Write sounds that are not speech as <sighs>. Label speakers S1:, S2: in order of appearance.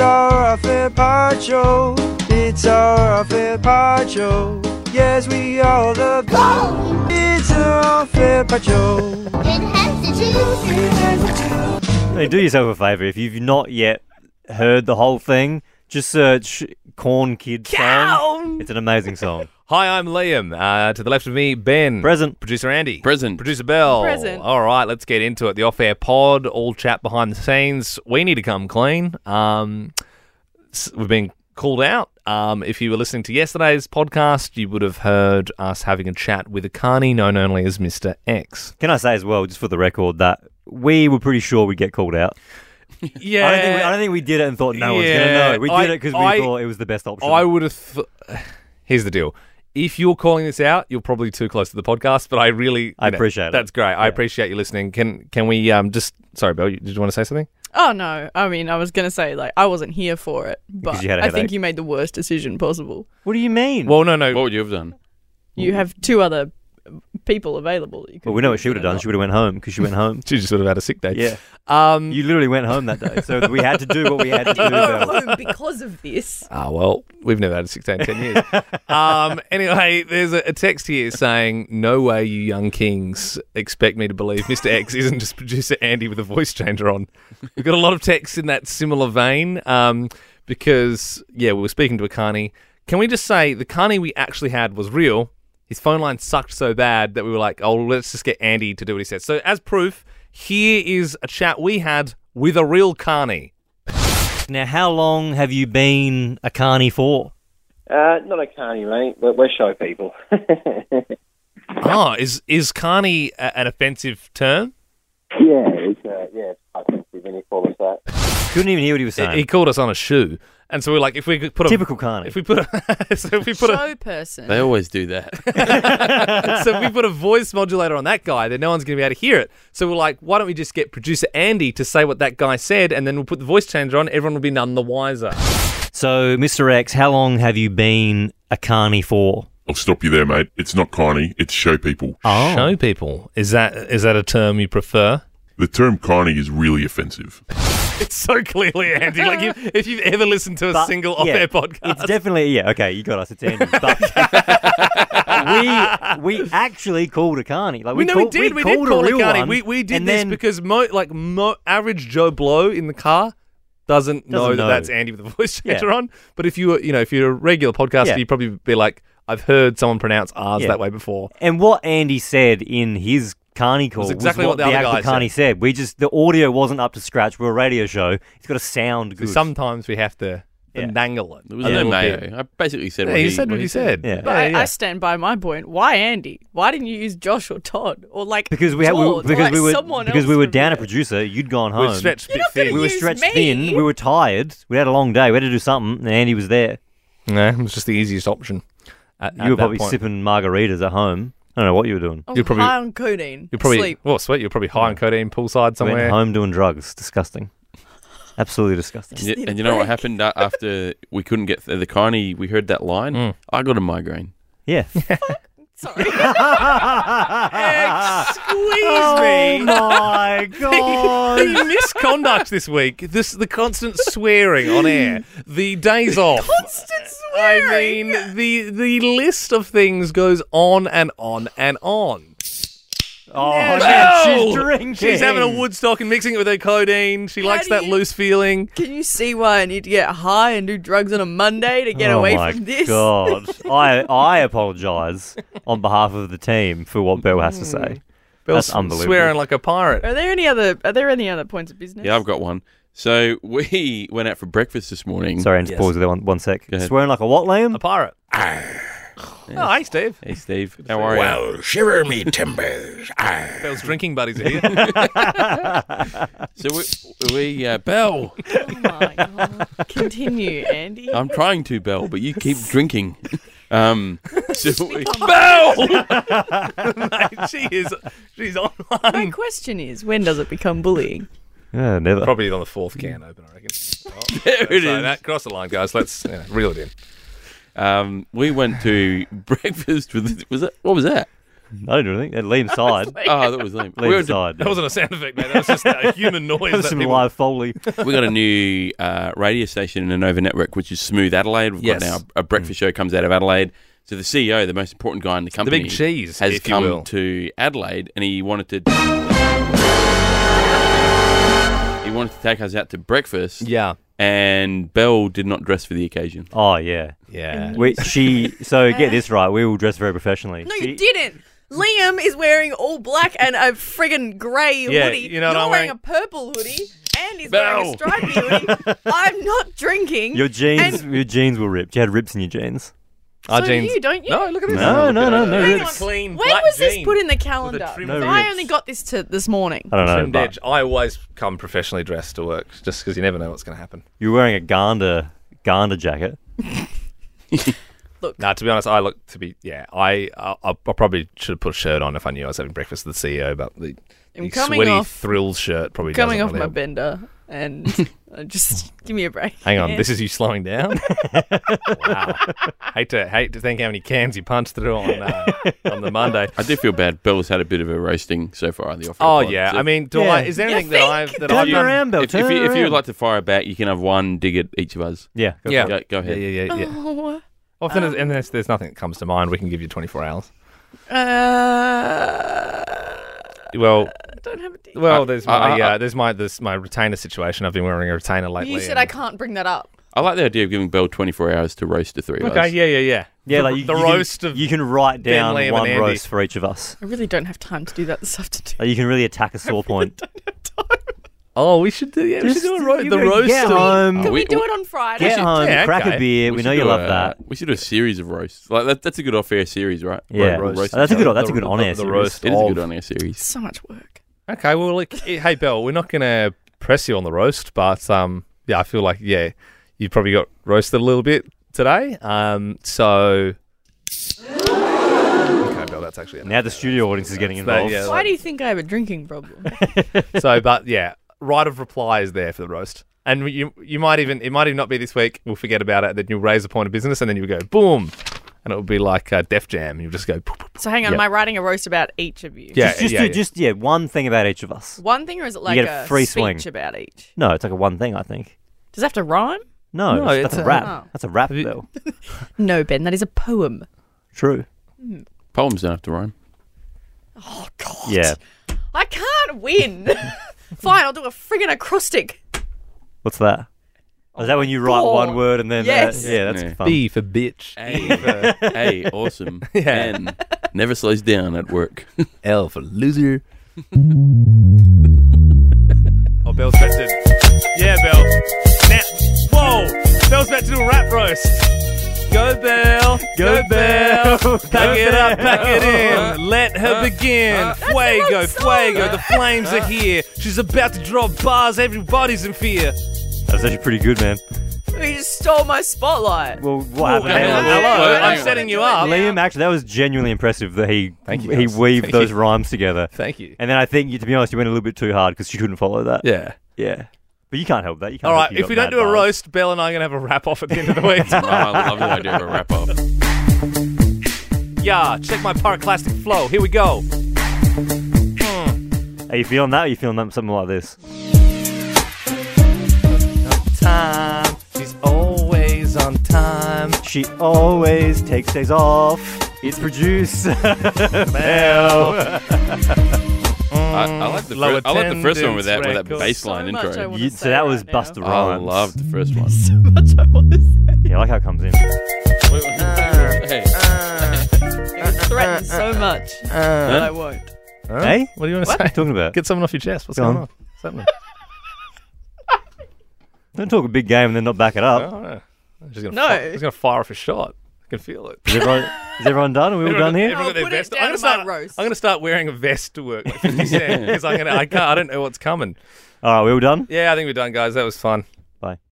S1: our affair part show. It's our affair part show. Yes, we all love.
S2: Go!
S1: It's our affair part show.
S2: It has to choose.
S3: Hey, do yourself a favour. If you've not yet heard the whole thing, just search Corn Kid song. It's an amazing song.
S4: Hi, I'm Liam. Uh, to the left of me, Ben.
S3: Present.
S4: Producer Andy.
S5: Present.
S4: Producer Bell.
S6: Present.
S4: All right, let's get into it. The off air pod, all chat behind the scenes. We need to come clean. Um, s- we've been called out. Um, if you were listening to yesterday's podcast, you would have heard us having a chat with Akani, known only as Mr. X.
S3: Can I say as well, just for the record, that we were pretty sure we'd get called out.
S4: Yeah.
S3: I, don't think we, I don't think we did it and thought no one's going to
S4: Yeah,
S3: know. We did
S4: I-
S3: it because we
S4: I-
S3: thought it was the best option.
S4: I would have. Th- <sighs> Here's the deal. If you're calling this out, you're probably too close to the podcast. But I really, you
S3: I appreciate it.
S4: That's great. I appreciate you listening. Can can we um just sorry, Bell? you- Did you want to say something?
S6: Oh no! I mean, I was gonna say like I wasn't here for it, but
S3: you had a
S6: I think
S3: headache.
S6: you made the worst decision possible.
S3: what do you mean?
S4: Well, no, no.
S5: What would you have done?
S6: You have two other people available. that You could
S3: Well, we know
S6: do
S3: what she would have done.
S6: about.
S3: She would have went home because she went
S4: <laughs>
S3: home.
S4: she just would have had a sick day.
S3: Yeah.
S4: Um.
S3: You literally went home that day, so we had to do what we had to do.
S4: <laughs>
S3: Though.
S6: home Oh, because of
S3: <laughs>
S6: this.
S4: Ah, well, we've never had a 16, 10 years. um, anyway, there's a, a text here saying, No way, you young kings, expect me to believe Mr. X isn't just producer Andy with a voice changer on. We've got a lot of texts in that similar vein um, because, yeah, we were speaking to a Carney. Can we just say the Carney we actually had was real? His phone line sucked so bad that we were like, Oh, let's just get Andy to do what he said. So, as proof, here is a chat we had with a real Carney.
S3: Now, how long have you been a carny for?
S7: Uh, not a carny, mate. We're, we're show people. yeah,
S4: Oh, is is carny a, an offensive term?
S7: it's, uh, yeah, it's quite sensitive when you call us that.
S3: Couldn't even hear what he was
S4: He-
S3: saying.
S4: He called us on a shoe, and so we're like, if we could put a <laughs>
S3: Typical carny.
S4: if we put a, <laughs> so if we put a
S6: Show person.
S5: They always do that.
S4: <laughs> so if we put a voice modulator on that guy, then no one's going to be able to hear it. So we're like, why don't we just get producer Andy to say what that guy said, and then we'll put the voice changer on. Everyone will be none the wiser.
S3: So, Mr. X, how long have you been a carny for?
S8: I'll stop you there, mate. It's not carny, it's show people.
S4: Oh. Show people is that is that a term you prefer?
S8: The term carny is really offensive.
S4: It's so clearly Andy. Like if, if you've ever listened to a
S3: But,
S4: single
S3: yeah,
S4: off-air podcast,
S3: It's definitely yeah. Okay, you got us. It's Andy.
S4: <laughs>
S3: But <laughs> we we actually called a carny. Like we,
S4: no,
S3: called,
S4: we did. We, did
S3: called
S4: call
S3: a
S4: it
S3: real
S4: Carney.
S3: one,
S4: We, we did
S3: and
S4: this
S3: then,
S4: because mo, like mo, average Joe Blow in the car doesn't, know,
S3: Doesn't
S4: that
S3: know.
S4: that's Andy with the voice
S3: Yeah.
S4: changer on. But if you were, you know, if you're a regular podcaster,
S3: Yeah.
S4: you'd probably be like, I've heard someone pronounce R's
S3: Yeah.
S4: that way before.
S3: and what Andy said in his carny call was
S4: exactly what
S3: what,
S4: the other
S3: actual
S4: guy said.
S3: carny said. We just the audio wasn't up to scratch. We're a radio show. It's got to sound
S4: So
S3: good.
S4: sometimes we have to
S3: Yeah.
S4: dangle it.
S5: There was
S4: a
S5: no
S4: little
S5: mayo.
S4: bit.
S5: I basically said
S4: Yeah,
S5: what
S4: he,
S5: he
S4: said what he said.
S3: Yeah.
S6: But I,
S4: yeah.
S6: I stand by my point. Why Andy? Why didn't you use Josh or Todd or like
S3: because we had we,
S6: George,
S3: because
S6: or, like,
S3: we were
S6: someone
S3: because
S6: else
S3: we were
S6: from
S3: down a
S6: there?
S3: producer. You'd gone home.
S4: We've stretched a bit
S3: we were
S4: thin.
S6: use
S3: stretched
S6: me.
S3: thin. We were tired. We had a long day. We had to do something, and Andy was there.
S4: No, it was just the easiest option. At, at
S3: You were
S4: that
S3: probably
S4: point.
S3: sipping margaritas at home. I don't know what you were doing.
S6: I was
S4: You're probably-
S6: high on codeine.
S4: You're probably
S3: <laughs>
S6: Sleep.
S4: oh sweet. You're probably high on codeine poolside
S3: I
S4: somewhere.
S3: Went home doing drugs. Disgusting. Absolutely disgusting.
S5: <laughs> Yeah,
S6: need a
S5: and you know what
S6: break.
S5: happened a- after we couldn't get th- the carney? We heard that line.
S4: Mm.
S5: I got a migraine.
S3: Yeah. <laughs>
S6: Sorry.
S3: oh
S6: <laughs>
S3: my god.
S4: the misconduct this week, this the constant swearing on air, the days off.
S6: Constant <laughs>
S4: I
S6: swearing.
S4: mean, the the list of things goes on and on and on.
S3: Oh,
S4: No!
S3: man, she's drinking.
S4: She's having a Woodstock and mixing it with her codeine. She
S6: How
S4: likes
S6: do
S4: that
S6: you-
S4: loose feeling.
S6: Can you see why I need to get high and do drugs on a Monday to get
S3: oh
S6: away
S3: my
S6: from this? <laughs>
S3: God. I I apologize on behalf of the team for what Bill has to
S6: Mm.
S3: say.
S4: Bell's
S3: unbelievable.
S4: Swearing like a pirate.
S6: Are there any other? Are there any other points of business?
S5: Yeah, I've got one. So we <laughs> went out for breakfast this morning.
S3: Sorry, I just pause there one, one sec.
S5: ahead.
S3: Swearing like a what,
S4: A
S3: Liam?
S4: pirate. Oh, hey, Steve.
S5: Hey, Steve. How are you?
S9: Well, shiver me timbers. Arr.
S4: Bell's drinking buddies are <laughs> here.
S5: So we, we uh, Bell.
S6: Oh <laughs> my God. Continue, Andy.
S5: I'm trying to, Bell, but
S4: <laughs>
S5: you keep drinking. Um, so we,
S4: <laughs> Mate, she is. She's
S6: My
S4: online.
S6: question is, when does it become bullying?
S3: Yeah, never.
S4: Probably on the fourth can open, I reckon. Oh,
S5: <laughs> there it
S4: so
S5: is.
S4: that, cross the line, guys. Let's you know, reel it in.
S5: <laughs> Um, we went to breakfast with. Was it? What was that?
S3: I didn't do anything. They're
S6: <laughs>
S3: Liam's side.
S5: Oh, that was lame. We,
S3: Liam's
S5: went to-
S3: side.
S4: That wasn't a sound effect, mate. That was
S3: <laughs>
S4: just a human noise.
S3: That was
S4: that
S3: some
S4: people-
S3: live foley.
S5: we got a new uh, radio station in the Nova network, which is Smooth Adelaide. We've
S4: Yes.
S5: got now a breakfast show comes out of Adelaide. So the CEO, the most important guy in the
S4: the
S5: company,
S4: big cheese,
S5: has
S4: if
S5: come
S4: you will.
S5: to Adelaide, and he wanted to. He wanted to take us out to breakfast,
S4: yeah,
S5: and Belle did not dress for the occasion.
S3: Oh yeah.
S4: yeah.
S3: We, she. So get this right. We all dress very professionally.
S6: No,
S3: She-
S6: you didn't. Liam is wearing all black and a friggin' grey
S4: Yeah,
S6: hoodie.
S4: you know what
S6: You're
S4: I'm
S6: wearing
S4: wearing?
S6: a purple hoodie, and he's
S5: No.
S6: wearing a stripy hoodie.
S4: <laughs>
S6: I'm not drinking.
S3: Your jeans.
S6: And-
S3: your jeans were ripped. You had rips in your jeans.
S4: Our
S6: so do
S4: Ah, jeans.
S6: you, don't you?
S4: No, look at this.
S3: No, no, no, no.
S6: Hang
S3: rips.
S6: on.
S4: Clean
S6: When
S4: black
S6: was this
S4: jean
S6: put in the calendar?
S4: trim Uh,
S3: No
S6: I
S3: rips.
S6: only got this to this morning.
S3: I don't know.
S4: Trimmed
S3: But
S4: edge. I always come professionally dressed to work, just because you never know what's going to happen.
S3: you're wearing a Ganda Ganda jacket.
S4: Nah, to be honest, I look to be yeah. I I, I probably should have put a shirt on if I knew I was having breakfast with the CEO, but the,
S6: I'm
S4: the
S6: coming
S4: sweaty
S6: off-
S4: thrill shirt probably
S6: Coming
S4: doesn't
S6: off
S4: really
S6: my
S4: help.
S6: bender, and
S4: <laughs>
S6: uh, just give me a break.
S4: Hang on, this is you slowing
S6: <laughs>
S4: down. wow, hate to hate to think how many cans you punched through on uh, on the
S6: <laughs>
S4: Monday.
S5: I do feel bad. Belle's had a bit of a roasting so far on the offer.
S4: Oh
S5: pod.
S4: yeah,
S5: So
S4: I mean, do
S3: Yeah.
S4: I? Is there
S6: You
S4: anything that
S6: think?
S4: I've that
S3: Turn
S4: I've done?
S3: around, Bill.
S5: if, if, you, if you
S3: turn
S5: would
S3: around.
S5: like to fire back, you can have one dig at each of us.
S3: yeah, go
S4: Yeah.
S3: for it.
S5: Go, go
S4: Yeah,
S5: ahead.
S4: yeah, yeah. yeah.
S6: Oh, uh,
S4: Well, if
S3: Um,
S4: there's, and there's, there's nothing that comes to mind, we can give you 24 hours.
S6: I
S4: Uh, Well,
S6: Uh, don't have a deal.
S4: well, there's
S5: I-
S4: my
S5: I- I-
S4: uh, there's my this my retainer situation. I've been wearing a retainer lately.
S6: You said
S4: and-
S6: I can't bring that up.
S5: I like the idea of giving Belle 24 hours to roast the three of
S4: Okay,
S5: us.
S4: yeah, yeah, yeah.
S3: Yeah,
S4: the,
S3: like you,
S4: the
S3: you
S4: roast
S3: can,
S4: of
S3: you can write
S4: Ben,
S3: down
S4: Liam and
S3: one
S4: Andy.
S3: roast for each of us.
S6: I really don't have time to do that this afternoon.
S3: Like, you can really attack a sore point.
S4: Oh, we should do yeah, we should do a ro-
S3: you
S4: the
S3: know,
S4: roast
S3: Get
S4: of
S3: home,
S6: Can we,
S5: we-
S6: do
S5: we-
S6: it on Friday? Oh,
S3: get home,
S4: yeah,
S3: crack
S4: okay.
S3: a beer. We,
S5: should
S3: know you
S5: do
S3: love
S5: a-
S3: that.
S5: We should do a series of roasts. Like that, that's a good off-air series, right?
S3: Yeah.
S5: Ro- roast
S3: Oh, that's a
S5: each
S3: good.
S5: other.
S3: That's a good
S4: The-
S3: on-air
S4: the
S3: series.
S4: roast.
S5: It is a good
S4: of-
S5: on-air series.
S6: So much work.
S4: Okay, well, look, eh, hey, Bill, we're not going to press you on the roast, but um, yeah, I feel like yeah, you probably got roasted a little bit today. Um, so <gasps> okay, Bill, that's actually
S3: Now the studio audience is getting
S4: But,
S3: involved.
S4: yeah,
S6: Why do you think I have a drinking problem?
S4: so, but yeah, right of reply is there for the roast, and you you might even it might even not be this week. We'll forget about it. Then you'll raise a point of business, and then you'll go boom, and it'll be like uh, Def Jam. You'll just go. Poof, poof, poof.
S6: So hang on,
S4: Yeah.
S6: am I writing a roast about each of you?
S4: Yeah,
S3: Just, just,
S4: yeah,
S3: do,
S4: yeah.
S3: just yeah, one thing about each of us.
S6: One thing, or is it like
S3: get a
S6: a
S3: free
S6: speech
S3: swing.
S6: about each?
S3: No, it's like a one thing. I think.
S6: Does it have to rhyme?
S3: No,
S4: No,
S3: it's, that's
S4: it's
S3: a,
S4: a-
S3: rap.
S6: Oh.
S3: That's a rap,
S4: you-
S3: Bill.
S6: No, Ben, that is a poem.
S3: True.
S5: Poems don't have to rhyme.
S6: Oh God,
S3: Yeah.
S6: I can't win. Fine, I'll do a friggin' acrostic.
S3: What's that? Is that when you write
S6: God.
S3: one word and then
S6: Yes.
S3: uh, yeah, that's
S5: Yeah.
S3: fun.
S4: B for bitch,
S5: <laughs> A, A <laughs> awesome. N, never slows down at <laughs> work.
S4: L for loser. oh, Bell's back to. Yeah, Bell. Now, whoa! Bell's back to do a rap roast. Go, Bell.
S3: Go, Bell. Go,
S4: Pack it up,
S3: Bell.
S4: pack <laughs> it in. Let her begin. Fuego,
S6: That's the right
S4: fuego. The flames are here. She's about to drop bars. Everybody's in fear.
S3: That's actually pretty good, man.
S6: You just stole my spotlight.
S3: Well, what happened?
S5: hang
S3: there
S5: on,
S3: was-
S5: hang on.
S4: Oh, Hello,
S5: Well,
S4: I'm
S5: I-
S4: setting you up.
S3: Liam, actually, that was genuinely impressive that he
S4: Thank you,
S3: he
S4: guys.
S3: weaved
S4: Thank
S3: those
S4: you.
S3: rhymes together.
S4: Thank you.
S3: And then I think, you, to be honest, you went a little bit too hard because she couldn't follow that.
S4: Yeah.
S3: Yeah. But you can't help that. You can't
S4: All
S3: help you
S4: right. If
S3: got
S4: we don't
S3: mad
S4: do a
S3: vibes.
S4: roast, Bell and I are gonna have a wrap off at the end of the <laughs> week.
S5: Oh, I love the idea of a wrap up.
S4: Yeah, check my pyroclastic flow. Here we go. Hmm,
S3: Are you feeling that? Or are you feeling that- something like this?
S4: Time. She's always on time.
S3: She always takes days off. It's <laughs> produced. Mel.
S5: I, I like the
S4: Hmm, Low
S5: first, I like the first one with that with that
S4: attendance
S5: bass line
S6: So much I
S5: intro.
S6: wanna
S3: You-
S6: say
S3: so that
S6: right
S3: was
S6: now.
S3: Buster
S5: I
S3: Rhymes.
S5: love the first one.
S6: So much I want to say.
S3: Yeah, I like how it comes in.
S5: hey,
S6: It was threatened so much that I won't.
S3: Hey?
S4: What do you want to
S3: What are you
S4: say? <laughs>
S3: talking about?
S4: Get someone off your chest. What's
S3: Go
S4: going
S3: on.
S4: on? What's happening?
S3: Don't talk a big game and then not back it
S4: <laughs> I
S3: up.
S4: don't know. I'm just gonna
S6: No.
S4: fi- I'm just gonna fire off a shot. I can feel it.
S3: Is everyone, is everyone done? Are we <laughs> all done here?
S4: Everyone got their
S6: I'll put it
S4: vest-
S6: down
S4: I'm gonna
S6: to my
S4: start.
S6: roast.
S4: I'm gonna start wearing a vest to work, like 50
S5: <laughs>
S4: cent, because I'm gonna. I can't. I don't know what's coming.
S3: All right, we all done?
S4: Yeah, I think we're done, guys. That was fun.
S3: Bye.